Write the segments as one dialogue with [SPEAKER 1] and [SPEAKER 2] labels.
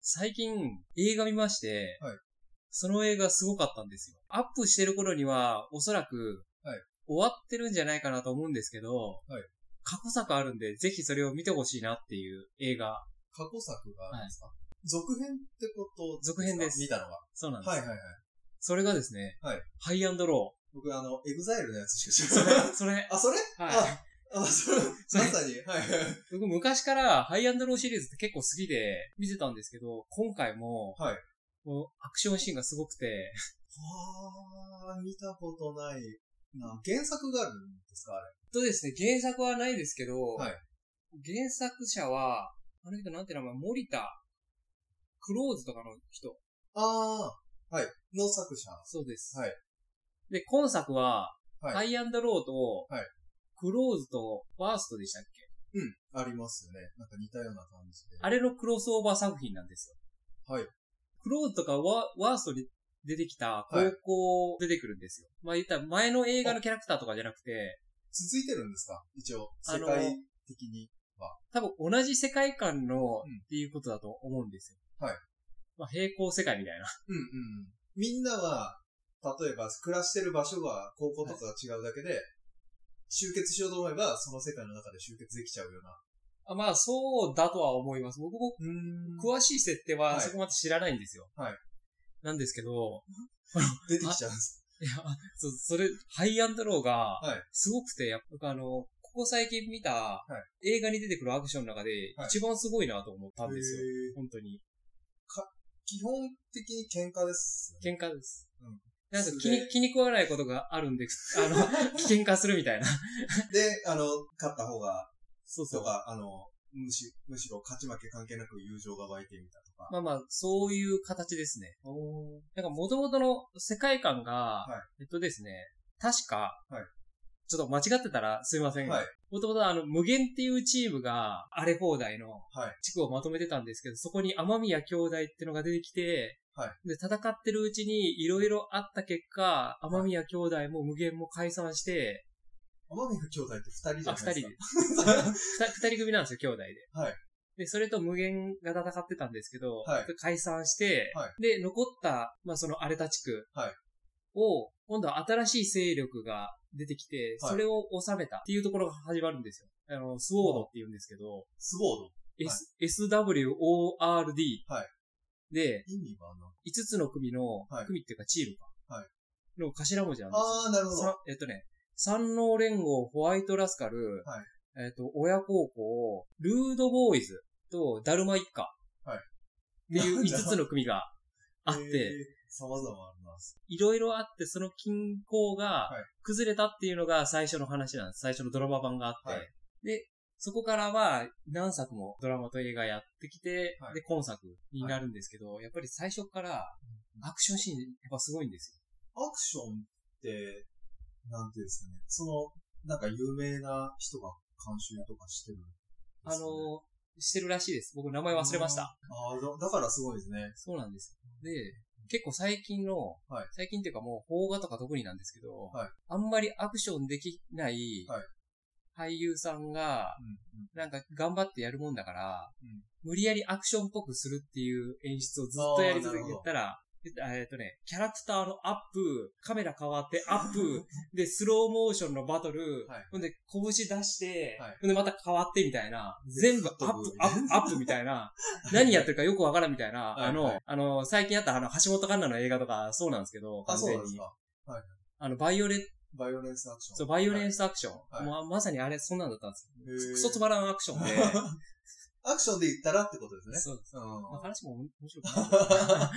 [SPEAKER 1] 最近映画見まして、
[SPEAKER 2] はい
[SPEAKER 1] その映画すごかったんですよ。アップしてる頃には、おそらく、
[SPEAKER 2] はい
[SPEAKER 1] 終わってるんじゃないかなと思うんですけど、
[SPEAKER 2] い
[SPEAKER 1] 過去作あるんで、ぜひそれを見てほしいなっていう映画。
[SPEAKER 2] 過去作があるんですか、続編ってこと
[SPEAKER 1] 続編です
[SPEAKER 2] 見たのは。
[SPEAKER 1] そうなんです。
[SPEAKER 2] はいはいはい。
[SPEAKER 1] それがですね、
[SPEAKER 2] はい
[SPEAKER 1] ハイアンドロ
[SPEAKER 2] 僕、あの、エグザイルのやつしか
[SPEAKER 1] ー。
[SPEAKER 2] 知ら
[SPEAKER 1] そ
[SPEAKER 2] な
[SPEAKER 1] れ
[SPEAKER 2] い。
[SPEAKER 1] そ れ、
[SPEAKER 2] あ、それ
[SPEAKER 1] はい。
[SPEAKER 2] あ、あ、それ、ま
[SPEAKER 1] それ
[SPEAKER 2] さに。はいはいはい。
[SPEAKER 1] 僕昔からハイアンドローシリーズって結構好きで見てたんですけど、今回も、
[SPEAKER 2] はい
[SPEAKER 1] もうアクションシーンがすごくて、
[SPEAKER 2] はあ、見たことないな。原作があるんですかあれ。
[SPEAKER 1] とですね、原作はないですけど、
[SPEAKER 2] はい
[SPEAKER 1] 原作者は、あの人なんて名前、森田、クローズとかの人。
[SPEAKER 2] ああ、はい。の作者。
[SPEAKER 1] そうです。
[SPEAKER 2] はい
[SPEAKER 1] で、今作は、
[SPEAKER 2] はい
[SPEAKER 1] ハイアンドローと、
[SPEAKER 2] はい
[SPEAKER 1] クローズとバーストでしたっけ
[SPEAKER 2] うん。ありますよね。なんか似たような感じで。
[SPEAKER 1] あれのクロスオーバー作品なんですよ。
[SPEAKER 2] はい。
[SPEAKER 1] クローズとかワワーストに出てきた高校出てくるんですよ。まあ言ったら前の映画のキャラクターとかじゃなくて、
[SPEAKER 2] 続いてるんですか一応。
[SPEAKER 1] あ
[SPEAKER 2] 世
[SPEAKER 1] の
[SPEAKER 2] 界的に。
[SPEAKER 1] 多分同じ世界観の
[SPEAKER 2] うん
[SPEAKER 1] っていうことだと思うんですよ。
[SPEAKER 2] はい。
[SPEAKER 1] まあ平行世界みたいな。
[SPEAKER 2] うんうん。みんなは、例えば暮らしてる場所が高校とかが違うだけで、集結しようと思えば、その世界の中で集結できちゃうような。
[SPEAKER 1] あまあそうだとは思います。僕も
[SPEAKER 2] うーん
[SPEAKER 1] 詳しい設定
[SPEAKER 2] は
[SPEAKER 1] はいそこまで知らないんですよ。
[SPEAKER 2] はい。
[SPEAKER 1] なんですけど、
[SPEAKER 2] 出てきちゃうんです。
[SPEAKER 1] いや、そそれ、ハイアンドローが
[SPEAKER 2] はい、
[SPEAKER 1] すごくて、やっぱあの、ここ最近見た
[SPEAKER 2] は
[SPEAKER 1] 映画に出てくるアクションの中で
[SPEAKER 2] はい
[SPEAKER 1] 一番すごいなと思ったんですよ。
[SPEAKER 2] へー
[SPEAKER 1] 本当に。
[SPEAKER 2] 基本的に喧嘩ですよね。
[SPEAKER 1] 喧嘩です。
[SPEAKER 2] うん
[SPEAKER 1] なんか
[SPEAKER 2] す
[SPEAKER 1] 気
[SPEAKER 2] げえ
[SPEAKER 1] に気に食わないことがあるんで、あの、 喧嘩するみたいな。
[SPEAKER 2] で、あの、勝った方が、
[SPEAKER 1] そう
[SPEAKER 2] と。か、あの、むし、むしろ勝ち負け関係なく友情が湧いてみたとか。
[SPEAKER 1] まあまあ、そういう形ですね。
[SPEAKER 2] おー
[SPEAKER 1] なんか元々の世界観が、
[SPEAKER 2] は
[SPEAKER 1] えっとですね、確か、
[SPEAKER 2] はい
[SPEAKER 1] ちょっと間違ってたらすいませんが、
[SPEAKER 2] はい。
[SPEAKER 1] もともとあの、無限っていうチームが荒れ放題の
[SPEAKER 2] はい
[SPEAKER 1] 地区をまとめてたんですけど、そこに天宮兄弟ってのが出てきて、
[SPEAKER 2] はい
[SPEAKER 1] で、戦ってるうちにいろいろあった結果、天宮兄弟も無限も解散して、
[SPEAKER 2] 天宮兄弟って二人じ
[SPEAKER 1] あ、
[SPEAKER 2] ゃ
[SPEAKER 1] 二
[SPEAKER 2] な
[SPEAKER 1] 人
[SPEAKER 2] い
[SPEAKER 1] で
[SPEAKER 2] ですか。、
[SPEAKER 1] 二二人組なんですよ、兄弟で。
[SPEAKER 2] はい
[SPEAKER 1] で、それと無限が戦ってたんですけど、
[SPEAKER 2] はい
[SPEAKER 1] 解散して、
[SPEAKER 2] は
[SPEAKER 1] で、残った、まあその荒れた地区
[SPEAKER 2] はい
[SPEAKER 1] を、今度は新しい勢力が出てきて、
[SPEAKER 2] はい
[SPEAKER 1] それを収めたっていうところが始まるんですよ。あの、スウォードって言うんですけど、
[SPEAKER 2] スボード。
[SPEAKER 1] S SWORD
[SPEAKER 2] は
[SPEAKER 1] で、
[SPEAKER 2] 意味はな。
[SPEAKER 1] 5つの組の、
[SPEAKER 2] はい
[SPEAKER 1] 組っていうかチームか、
[SPEAKER 2] はい
[SPEAKER 1] の頭文字なんですよ。
[SPEAKER 2] あー、なるほど。
[SPEAKER 1] さえっとね、三能連合ホワイトラスカル、
[SPEAKER 2] は
[SPEAKER 1] えっと、親孝行、ルードボーイズとダルマ一家。
[SPEAKER 2] はい
[SPEAKER 1] っていう5つの組があっ
[SPEAKER 2] え
[SPEAKER 1] て、
[SPEAKER 2] ー。様々あるな。
[SPEAKER 1] いろいろあって、その均衡が
[SPEAKER 2] はい
[SPEAKER 1] 崩れたっていうのが最初の話なんです。最初のドラマ版があって。
[SPEAKER 2] はい
[SPEAKER 1] で、そこからは何作もドラマと映画やってきて、
[SPEAKER 2] はい
[SPEAKER 1] で、今作になるんですけど、やっぱり最初からアクションシーンやっぱすごいんですよ。
[SPEAKER 2] アクションって、なんていうんですかね。その、なんか有名な人が監修とかしてるんですか
[SPEAKER 1] あ
[SPEAKER 2] ね、
[SPEAKER 1] の、してるらしいです。僕名前忘れました。
[SPEAKER 2] あーだだからすごいですね。
[SPEAKER 1] そうなんです。で、結構最近の、
[SPEAKER 2] はい
[SPEAKER 1] 最近っていうかもう邦画とか特になんですけど、
[SPEAKER 2] はい
[SPEAKER 1] あんまりアクションできない
[SPEAKER 2] はい
[SPEAKER 1] 俳優さんが、
[SPEAKER 2] うんうん
[SPEAKER 1] なんか頑張ってやるもんだから、
[SPEAKER 2] うん
[SPEAKER 1] 無理やりアクションっぽくするっていう演出をずっとやり続けてたら、えっとね、キャラクターのアップ、カメラ変わってアップ、 で、スローモーションのバトル、
[SPEAKER 2] はい
[SPEAKER 1] ほんで、拳出して、
[SPEAKER 2] はい
[SPEAKER 1] ほんで、また変わってみたいな、全部アップ、アップ、アップみたい な、何やってるかよくわからんみたいな、
[SPEAKER 2] はい
[SPEAKER 1] あの、
[SPEAKER 2] はい
[SPEAKER 1] あの、最近あったあの、橋本環奈の映画とかそうなんですけど、
[SPEAKER 2] あ、
[SPEAKER 1] 完
[SPEAKER 2] そう
[SPEAKER 1] 全
[SPEAKER 2] なんです
[SPEAKER 1] に。
[SPEAKER 2] か。
[SPEAKER 1] あの、バイオレッ
[SPEAKER 2] バイオレンスアクション。
[SPEAKER 1] ト、バイオレ
[SPEAKER 2] ン
[SPEAKER 1] ンスアクション。
[SPEAKER 2] はい
[SPEAKER 1] もうまさにあれ、そんなんだったんですよ。
[SPEAKER 2] ス
[SPEAKER 1] クソつまらんアクション で、
[SPEAKER 2] アクションで言ったらってことですね。
[SPEAKER 1] そう
[SPEAKER 2] うん。
[SPEAKER 1] まあ、
[SPEAKER 2] は
[SPEAKER 1] 話も面白く ない。ま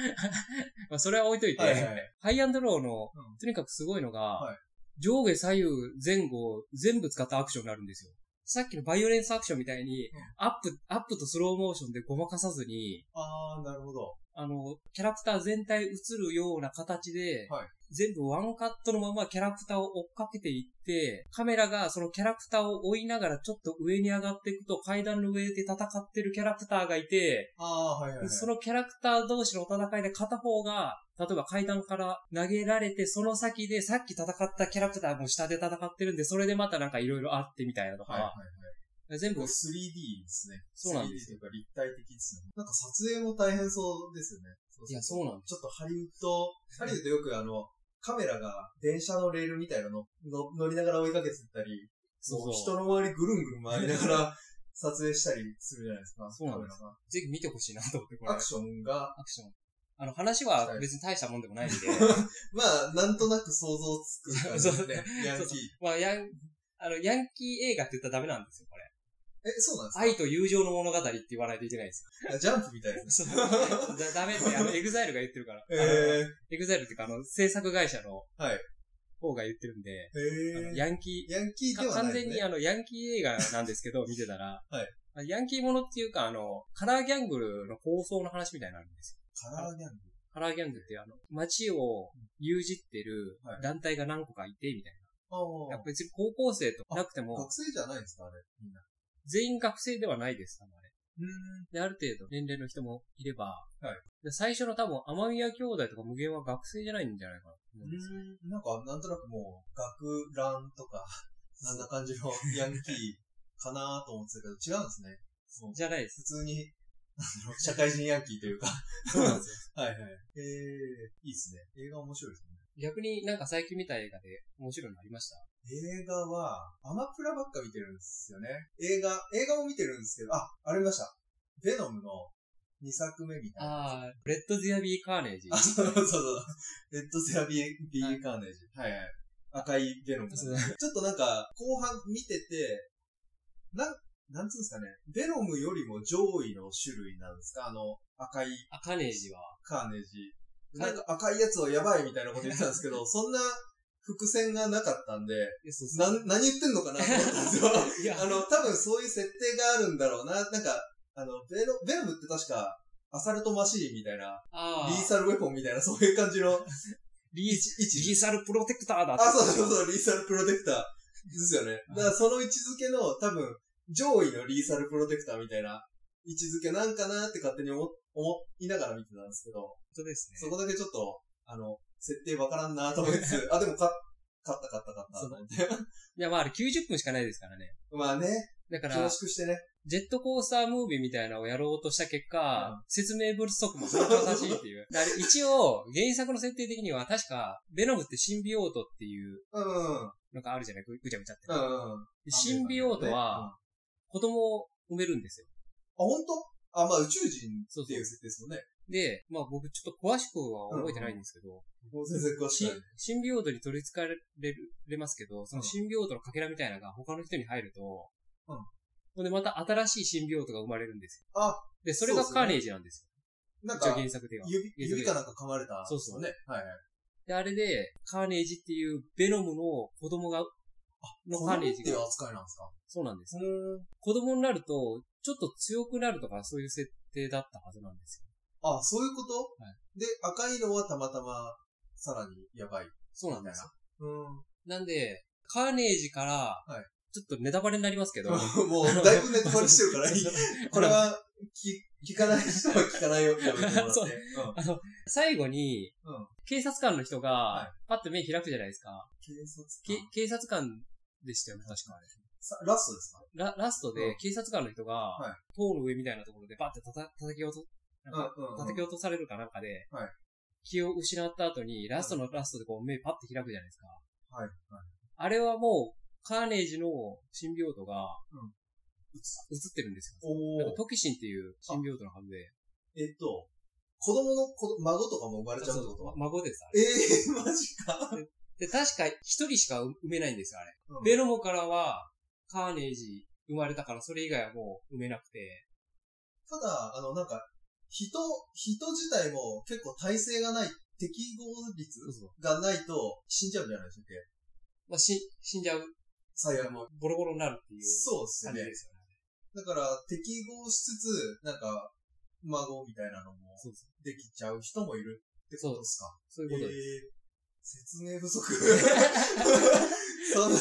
[SPEAKER 1] あそれは置いといて、
[SPEAKER 2] いはい。
[SPEAKER 1] ハイアンドローの
[SPEAKER 2] うん、
[SPEAKER 1] とにかくすごいのが、
[SPEAKER 2] はい
[SPEAKER 1] 上下左右前後全部使ったアクションになるんですよ。さっきのバイオレンスアクションみたいに、
[SPEAKER 2] ん
[SPEAKER 1] アップ、アップとスローモーションでごまかさずに、
[SPEAKER 2] あー、なるほど。
[SPEAKER 1] あの、キャラクター全体映るような形で、
[SPEAKER 2] はい
[SPEAKER 1] 全部ワンカットのままキャラクターを追っかけていって、カメラがそのキャラクターを追いながらちょっと上に上がっていくと階段の上で戦ってるキャラクターがいて、
[SPEAKER 2] あー、はいはいはい。
[SPEAKER 1] そのキャラクター同士のお戦いで片方が、例えば階段から投げられて、その先でさっき戦ったキャラクターも下で戦ってるんで、それでまたなんかいろいろあってみたいなとか、
[SPEAKER 2] はいはいはい。
[SPEAKER 1] 全部
[SPEAKER 2] こう 3D ですね。
[SPEAKER 1] そうなんですよ
[SPEAKER 2] 3D というか立体的ですね。なんか撮影も大変そうですよね。
[SPEAKER 1] いやそうなんで
[SPEAKER 2] ちょっとハリウッド、ハリウッドよくあの、カメラが電車のレールみたいなのの乗りながら追いかけてったり、
[SPEAKER 1] そうそう
[SPEAKER 2] も人の周りぐるんぐるん回りながら 撮影したりするじゃないですか。
[SPEAKER 1] そうなんです
[SPEAKER 2] カメ
[SPEAKER 1] ぜひ見てほしいなと思って、これ。
[SPEAKER 2] ラが
[SPEAKER 1] ア
[SPEAKER 2] アクションが、
[SPEAKER 1] クション。あの、話は別に大したもんでもないんで。
[SPEAKER 2] まあ、なんとなく想像つく感じですね。ヤンキー
[SPEAKER 1] そうそうまあ、ヤン、あの、ヤンキー映画って言ったらダメなんですよ、これ。
[SPEAKER 2] え、そうなんですか
[SPEAKER 1] 愛と友情の物語って言わないといけない です
[SPEAKER 2] あジャンプみたいですね。
[SPEAKER 1] よ。だダメって、あの、エグザイルが言ってるから。
[SPEAKER 2] え
[SPEAKER 1] エグザイルっていうか、あの、制作会社の
[SPEAKER 2] はい
[SPEAKER 1] 方が言ってるんで、
[SPEAKER 2] ー、
[SPEAKER 1] あの
[SPEAKER 2] えー、
[SPEAKER 1] ヤンキ
[SPEAKER 2] ヤンキ
[SPEAKER 1] ー、
[SPEAKER 2] ーではな
[SPEAKER 1] 完
[SPEAKER 2] いです
[SPEAKER 1] 全
[SPEAKER 2] ね。
[SPEAKER 1] にあの、ヤンキー映画なんです けど、見てたら、
[SPEAKER 2] はい
[SPEAKER 1] あヤンキーものっていうか、あの、カラーギャングルの構想の話みたいになるんですよ。
[SPEAKER 2] カラーギャング。
[SPEAKER 1] カラーギャングルってあの、街を牛耳ってる
[SPEAKER 2] はい
[SPEAKER 1] 団体が何個かいて、みたい
[SPEAKER 2] ああ
[SPEAKER 1] な。別に高校生とかなくても
[SPEAKER 2] 学、生じゃないんですかあれ、みんな。
[SPEAKER 1] 全員学生ではないです、多分あれ。
[SPEAKER 2] うん。
[SPEAKER 1] で、ある程度年齢の人もいれば、
[SPEAKER 2] はい
[SPEAKER 1] で最初の多分、天宮兄弟とか無限は学生じゃないんじゃないかなと思うんですよ。
[SPEAKER 2] うん。なんか、なんとなくもう、学ランとか、あんな感じのヤンキーかなと思ってたけど、違うんですね。もう
[SPEAKER 1] じゃないです。
[SPEAKER 2] 普通に、なんだろう、社会人ヤンキーというか。
[SPEAKER 1] そうなんですよ。
[SPEAKER 2] はいはい。ええいいですね。映画面白いですね。
[SPEAKER 1] 逆になんか最近見た映画で面白いのありました
[SPEAKER 2] 映画は、アマプラばっか見てるんですよね。映画、映画も見てるんですけど、あ、ありました。ベノムの2作目みたいな。
[SPEAKER 1] ああ、レッド・ゼア・ビー・カーネージ。
[SPEAKER 2] あ、 そうそうそう。レッドセアビー、ビーカーネージ。はいはい。赤いベノムなんです
[SPEAKER 1] そう
[SPEAKER 2] ね。ちょっとなんか、後半見てて、なん、なんつうんですかね。ベノムよりも上位の種類なんですかあの、赤い
[SPEAKER 1] あ、カーネージは。
[SPEAKER 2] カーネージ。
[SPEAKER 1] は
[SPEAKER 2] ないんか赤いやつはやばいみたいなこと言ってたんです けど、そんな伏線がなかったんで、
[SPEAKER 1] えそう
[SPEAKER 2] な
[SPEAKER 1] う。、
[SPEAKER 2] 何言ってんのかなと思ったんです よ。
[SPEAKER 1] いや、
[SPEAKER 2] あの、多分そういう設定があるんだろうな。なんか、あの、ベノ、ベノムって確か、アサルトマシーンみたいな、
[SPEAKER 1] あ
[SPEAKER 2] リー
[SPEAKER 1] ー
[SPEAKER 2] サルウェポンみたいな、そういう感じの、
[SPEAKER 1] リ
[SPEAKER 2] 位
[SPEAKER 1] ー
[SPEAKER 2] 置、位置
[SPEAKER 1] リーサル・プロテクターだって
[SPEAKER 2] あ、そうそうそう、リーサルプロテクターですよね。だからその位置づけの多分、上位のリーサルプロテクターみたいな位置づけなんかなって勝手に思、思いながら見てたんですけど、
[SPEAKER 1] 本当ですね。
[SPEAKER 2] そこだけちょっと、あの、設定わからんなと思いつ つ、あ、でもか、勝った勝った勝ったと思って。
[SPEAKER 1] いや、まああれ90分しかないですからね。
[SPEAKER 2] まあね、
[SPEAKER 1] だか
[SPEAKER 2] 凝
[SPEAKER 1] ら、
[SPEAKER 2] 縮してね。
[SPEAKER 1] ジェットコースタームービーみたいなのをやろうとした結果、
[SPEAKER 2] う
[SPEAKER 1] 説明不足も相当正しいって いう。であれ一応、原作の設定的には確か、ベノムってシンビオートっていう
[SPEAKER 2] うんうん。
[SPEAKER 1] のがあるじゃないぐぐちゃぐちゃって。
[SPEAKER 2] うんうん。
[SPEAKER 1] でシンビオート
[SPEAKER 2] うん、
[SPEAKER 1] は
[SPEAKER 2] あ、
[SPEAKER 1] 子供を産めるんですよ。
[SPEAKER 2] 本当あ、まあ宇宙人っていう設定ですもんね。
[SPEAKER 1] で、まあ僕ちょっと詳しくは覚えてないんですけど、
[SPEAKER 2] もう全然詳し
[SPEAKER 1] シ
[SPEAKER 2] く
[SPEAKER 1] ン
[SPEAKER 2] ない。
[SPEAKER 1] シンビオートに取り憑かれるれますけど、そのシンビオートのかけらみたいなのが他の人に入ると、
[SPEAKER 2] うん
[SPEAKER 1] ほんでまた新しいシンビオートが生まれるんですよ。
[SPEAKER 2] あ
[SPEAKER 1] で、それが
[SPEAKER 2] そうですね
[SPEAKER 1] カーネージなんです
[SPEAKER 2] な
[SPEAKER 1] よ。
[SPEAKER 2] ん
[SPEAKER 1] 一応
[SPEAKER 2] か、
[SPEAKER 1] 原作では。
[SPEAKER 2] 指、指かなんか噛まれた、
[SPEAKER 1] そうそう
[SPEAKER 2] ね。はいはい。
[SPEAKER 1] で、あれで、カーネージっていうベノムの子供が、の
[SPEAKER 2] こ
[SPEAKER 1] カ
[SPEAKER 2] の
[SPEAKER 1] ーネ
[SPEAKER 2] っ
[SPEAKER 1] ージ
[SPEAKER 2] てい
[SPEAKER 1] が
[SPEAKER 2] う、扱いなんですか
[SPEAKER 1] そうなんです。
[SPEAKER 2] うん。
[SPEAKER 1] 子供になると、ちょっと強くなるとかそういう設定だったはずなんですよ。
[SPEAKER 2] あ、そういうこと、
[SPEAKER 1] は
[SPEAKER 2] で、赤いのはたまたま、さらにやばい。
[SPEAKER 1] そうなんですよ。
[SPEAKER 2] うん。
[SPEAKER 1] なんで、カーネージから
[SPEAKER 2] はい、
[SPEAKER 1] ちょっとネタバレになりますけど、。
[SPEAKER 2] もう、 だいぶネタバレしてるからいい これは、き、聞かない人は聞かないよってやめてもらって。
[SPEAKER 1] そう
[SPEAKER 2] うん。
[SPEAKER 1] 最後に
[SPEAKER 2] うん、
[SPEAKER 1] 警察官の人
[SPEAKER 2] はい
[SPEAKER 1] が、パッと目開くじゃないですか。
[SPEAKER 2] 警察
[SPEAKER 1] け
[SPEAKER 2] 官
[SPEAKER 1] 警察官でしたよね、確かあれ。
[SPEAKER 2] さラストですか
[SPEAKER 1] ララスト
[SPEAKER 2] う
[SPEAKER 1] で
[SPEAKER 2] ん、
[SPEAKER 1] 警察官の人が
[SPEAKER 2] はい、
[SPEAKER 1] 塔の上みたいなところでバッてたた叩き落と、なんか
[SPEAKER 2] うんうんうん
[SPEAKER 1] 叩き落とされるかなんかで
[SPEAKER 2] はい、
[SPEAKER 1] 気を失った後に、ラストのラストでこう目パッて開くじゃないですか。
[SPEAKER 2] はい。はい。
[SPEAKER 1] あれはもう、カーネージのシンビオートが
[SPEAKER 2] うん、
[SPEAKER 1] 映ってるんですよ。
[SPEAKER 2] お
[SPEAKER 1] なんか
[SPEAKER 2] ー。
[SPEAKER 1] トキシンっていうシンビオートのはずで。
[SPEAKER 2] えっと、子供の子、孫とかも生まれちゃうってこと
[SPEAKER 1] ま孫です、あれ。
[SPEAKER 2] ええー、マジか。
[SPEAKER 1] で、確か一人しか産めないんですよ、あれ。
[SPEAKER 2] うん
[SPEAKER 1] ベノムからは、カーネージ生まれたから、それ以外はもう産めなくて、
[SPEAKER 2] ただ、あの、なんか、人、人自体も結構耐性がない、適合率
[SPEAKER 1] そうそう。
[SPEAKER 2] がないと死んじゃうんじゃないでしたっけ
[SPEAKER 1] まあ、し、死んじゃう、
[SPEAKER 2] 最悪も。
[SPEAKER 1] ボロボロになるっていう
[SPEAKER 2] そうです
[SPEAKER 1] 感じ
[SPEAKER 2] ね。
[SPEAKER 1] ですよね。
[SPEAKER 2] だから、適合しつつ、なんか、孫みたいなのも
[SPEAKER 1] そうそう。
[SPEAKER 2] できちゃう人もいるってことですか
[SPEAKER 1] そういうことです。
[SPEAKER 2] えー説明不足。そんな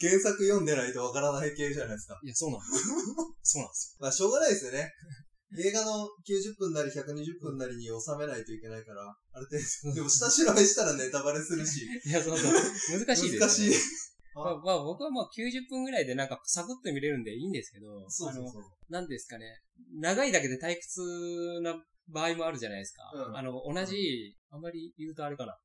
[SPEAKER 2] 原作読んでないとわからない系じゃないですか。
[SPEAKER 1] いや、そうなんですよ。そうなんです
[SPEAKER 2] まあ、しょうがないですよね。映画の90分なり120分なりに収めないといけないから、ある程度。でも下調べしたらネタバレするし、
[SPEAKER 1] よ。いや、そうそう。難しいです、ね。
[SPEAKER 2] 難しい。
[SPEAKER 1] まあ、まあ僕はもう90分ぐらいでなんかサクッと見れるんでいいんですけど、
[SPEAKER 2] そうそう
[SPEAKER 1] あの、
[SPEAKER 2] そう。
[SPEAKER 1] なんですかね、長いだけで退屈な場合もあるじゃないですか。
[SPEAKER 2] うん
[SPEAKER 1] あの、同じ、あんまり言うとあれかな。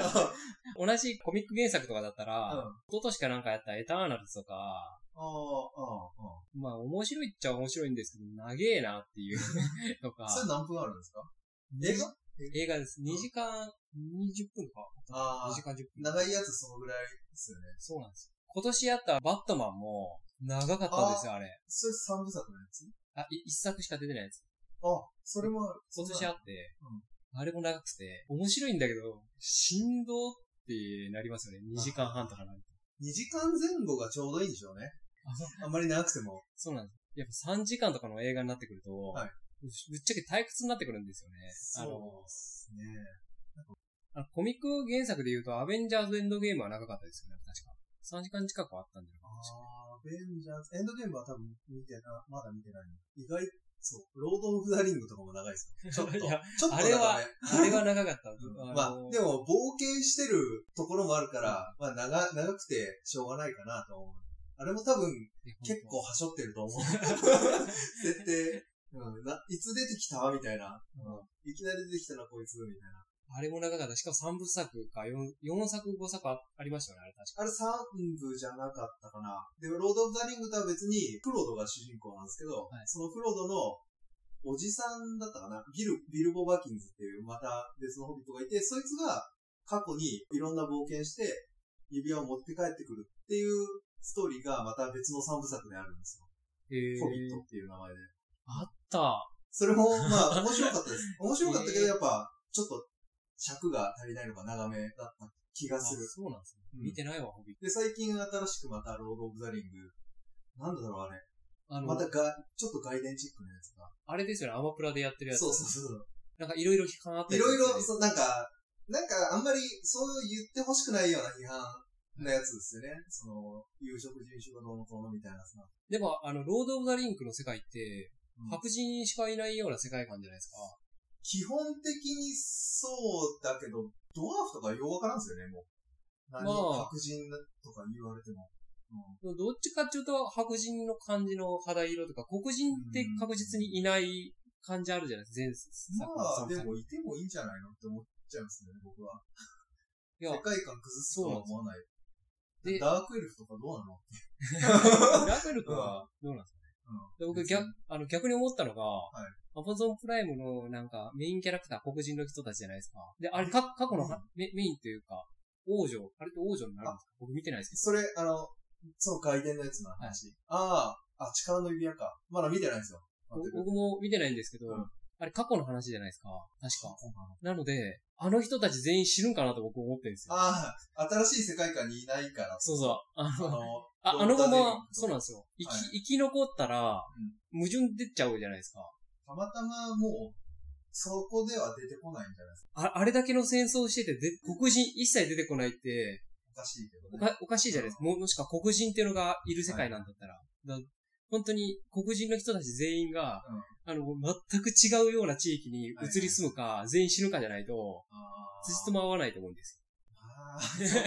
[SPEAKER 2] あ
[SPEAKER 1] 同じコミック原作とかだったら、
[SPEAKER 2] うん
[SPEAKER 1] 一昨年かなんかやったエターナルズとか、
[SPEAKER 2] あ、ああ、
[SPEAKER 1] まあ面白いっちゃ面白いんですけど、長えなっていう とか
[SPEAKER 2] ああ。、それ何分あるんですか映画
[SPEAKER 1] 映画です。2時間20分か。
[SPEAKER 2] あ
[SPEAKER 1] 2
[SPEAKER 2] あ
[SPEAKER 1] 時、間10分。
[SPEAKER 2] 長いやつそのぐらいですよね。
[SPEAKER 1] そうなんですよ。今年やったバットマンも長かったんですよ、あれ。
[SPEAKER 2] それ三部作のやつ
[SPEAKER 1] あ、い一作しか出てないやつ。
[SPEAKER 2] あ、それもある、
[SPEAKER 1] 今年あって、
[SPEAKER 2] うん
[SPEAKER 1] あれも長くて、面白いんだけど、振動ってなりますよね。2時間半とかなんて。
[SPEAKER 2] 2時間前後がちょうどいいんでしょうね。あんまり長くても。
[SPEAKER 1] そうなんです。やっぱ3時間とかの映画になってくると、
[SPEAKER 2] はい
[SPEAKER 1] ぶっちゃけ退屈になってくるんですよね。あの
[SPEAKER 2] すね。
[SPEAKER 1] あのコミック原作で言うと、アベンジャーズエンドゲームは長かったですよね、確か。3時間近くはあったんじゃない
[SPEAKER 2] あ
[SPEAKER 1] かな確か
[SPEAKER 2] あ、ベンジャーズ、エンドゲームは多分見てな、まだ見てない。意外、そう、ロード・オブ・ザ・リングとかも長いです よ。ちょっと、
[SPEAKER 1] い
[SPEAKER 2] ちょ
[SPEAKER 1] や
[SPEAKER 2] っと
[SPEAKER 1] あれは
[SPEAKER 2] 長
[SPEAKER 1] あ
[SPEAKER 2] め。
[SPEAKER 1] れは長かった。
[SPEAKER 2] まあ
[SPEAKER 1] の、
[SPEAKER 2] でも、冒険してるところもあるから、まあ、長、長くてしょうがないかなと思う。あれも多分、結構はしょってると思う。 設定。うん、ないつ出てきたみたいな、うん。いきなり出てきたな、こいつ、みたいな。
[SPEAKER 1] あれも長かった。しかも3部作か 4, 4作、5作あありましたよね、あれ確か。
[SPEAKER 2] あれ3部じゃなかったかな。で、ロード・オブ・ザ・リングとは別に、フロードが主人公なんですけ
[SPEAKER 1] は
[SPEAKER 2] ど、
[SPEAKER 1] い
[SPEAKER 2] そのフロードのおじさんだったかな。ビル、ビルボ・バキンズっていう、また別のホビットがいて、そいつが過去にいろんな冒険して、指輪を持って帰ってくるっていうストーリーがまた別の3部作であるんです
[SPEAKER 1] えー
[SPEAKER 2] よ。ホビットっていう名前で。
[SPEAKER 1] あった。
[SPEAKER 2] そ れも、まあ、面白かったです。面白かったけど、やっぱ、ちょっと尺が足りないのが長めだった気が
[SPEAKER 1] あ
[SPEAKER 2] する。
[SPEAKER 1] そうなんですね。
[SPEAKER 2] うん
[SPEAKER 1] 見てないわ、ホビッ
[SPEAKER 2] で、最近新しくまた、ロード・オブ・ザ・リング。なんだろう、あれ。
[SPEAKER 1] ト。あの、
[SPEAKER 2] またが、ちょっと外伝チックなやつが。
[SPEAKER 1] あれですよね、アマプラでやってるやつ。
[SPEAKER 2] そうそうそう。
[SPEAKER 1] なんかいろいろ批判あった
[SPEAKER 2] い
[SPEAKER 1] りする
[SPEAKER 2] ろい
[SPEAKER 1] んですよ
[SPEAKER 2] ろ、そう、なんか、なんか、あんまり、そう言ってほしくないような批判なやつですよね。その、有色人種がどうのこうのみたいなさ。
[SPEAKER 1] でも、あの、ロード・オブ・ザ・リンクの世界って、
[SPEAKER 2] うん
[SPEAKER 1] 白人しかいないような世界観じゃないですか。
[SPEAKER 2] 基本的にそうだけど、ドワーフとかようわからんすよね、もう。何、
[SPEAKER 1] まあ
[SPEAKER 2] 白人だとか言われても。うん
[SPEAKER 1] どっちかっていうと、白人の感じの肌色とか、黒人って確実にいない感じあるじゃないですか、前
[SPEAKER 2] まあ、
[SPEAKER 1] 作
[SPEAKER 2] で
[SPEAKER 1] の
[SPEAKER 2] もいてもいいんじゃないのって思っちゃいますね、僕は。
[SPEAKER 1] い
[SPEAKER 2] 世
[SPEAKER 1] や
[SPEAKER 2] 界観崩すとは思わない。
[SPEAKER 1] そうなんですよで
[SPEAKER 2] ダークエルフとかどうなの
[SPEAKER 1] ラベルとはどうなんですかね。で 僕逆、あの、逆に思ったのが、アマゾンプライムのなんかメインキャラクター黒人の人たちじゃないですか。で、あれ、か過去のはメメインというか、王女、あれって王女になるんですか僕見てないですけど。
[SPEAKER 2] それ、あの、その外伝のやつの話。ああ、あ、力の指輪か。まだ見てないんですよ。
[SPEAKER 1] 僕
[SPEAKER 2] 全く
[SPEAKER 1] 僕も見てないんですけど、
[SPEAKER 2] うん
[SPEAKER 1] あれ過去の話じゃないですか。確か。なので、あの人たち全員死ぬんかなと僕思ってるんですよ。
[SPEAKER 2] ああ、新しい世界観にいないから。
[SPEAKER 1] そうそう。あ
[SPEAKER 2] あ
[SPEAKER 1] の、
[SPEAKER 2] の、
[SPEAKER 1] あ
[SPEAKER 2] どう
[SPEAKER 1] あのま
[SPEAKER 2] どういうこ
[SPEAKER 1] ま、
[SPEAKER 2] と
[SPEAKER 1] そうなんですよ。生き、
[SPEAKER 2] はい
[SPEAKER 1] 生き残ったら、矛盾出ちゃうじゃないですか。
[SPEAKER 2] たまたまもう、そこでは出てこないんじゃないですか。
[SPEAKER 1] ああれだけの戦争をしてて、で黒人一切出てこないって、
[SPEAKER 2] おかしいけど
[SPEAKER 1] お
[SPEAKER 2] ね。
[SPEAKER 1] かおかしいじゃないですか。ももしくは黒人っていうのがいる世界なんだったら。だ本当に黒人の人たち全員が、あの、全く違うような地域に移り住むか、全員死ぬかじゃないと、
[SPEAKER 2] あー
[SPEAKER 1] つじつま合わないと思うんです
[SPEAKER 2] ああ、そそこ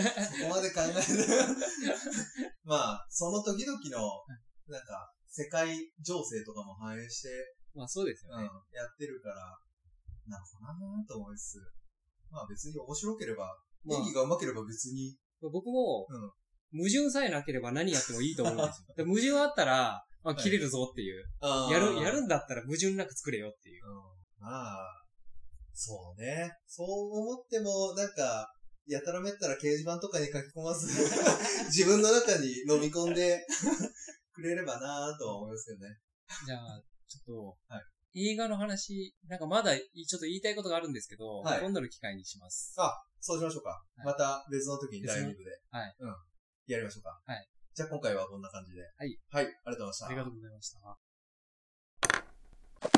[SPEAKER 2] まで考えて。 まあ、その時々の、なんか、世界情勢とかも反映して、
[SPEAKER 1] よ。まあそうですよ
[SPEAKER 2] うん、やってるから、なのかなと思いつつ、まあ別に面白ければ、
[SPEAKER 1] まあ
[SPEAKER 2] 演技が上手ければ別に、
[SPEAKER 1] 僕も、
[SPEAKER 2] うん
[SPEAKER 1] 矛盾さえなければ何やってもいいと思うん ですよ。で矛盾あったら、まあ、
[SPEAKER 2] はい
[SPEAKER 1] 切れるぞっていう。
[SPEAKER 2] あー
[SPEAKER 1] やる、やるんだったら矛盾なく作れよっていう。
[SPEAKER 2] うんまあ、そうね。そう思っても、なんか、やたらめったら掲示板とかに書き込ま ず、自分の中に飲み込んでくれればなとは思いますけどね。
[SPEAKER 1] じゃあ、ちょっと、
[SPEAKER 2] は
[SPEAKER 1] 映画の話、なんかまだいちょっと言いたいことがあるんですけど、
[SPEAKER 2] はい
[SPEAKER 1] 今度の機会にします。
[SPEAKER 2] そうしましょうか。
[SPEAKER 1] い
[SPEAKER 2] また別の時に第2部で。
[SPEAKER 1] はい。
[SPEAKER 2] うん。やりましょうか。
[SPEAKER 1] はい。
[SPEAKER 2] じゃあ今回はこんな感じで。
[SPEAKER 1] い
[SPEAKER 2] はい。ありがとうございました。
[SPEAKER 1] ありがとうございました。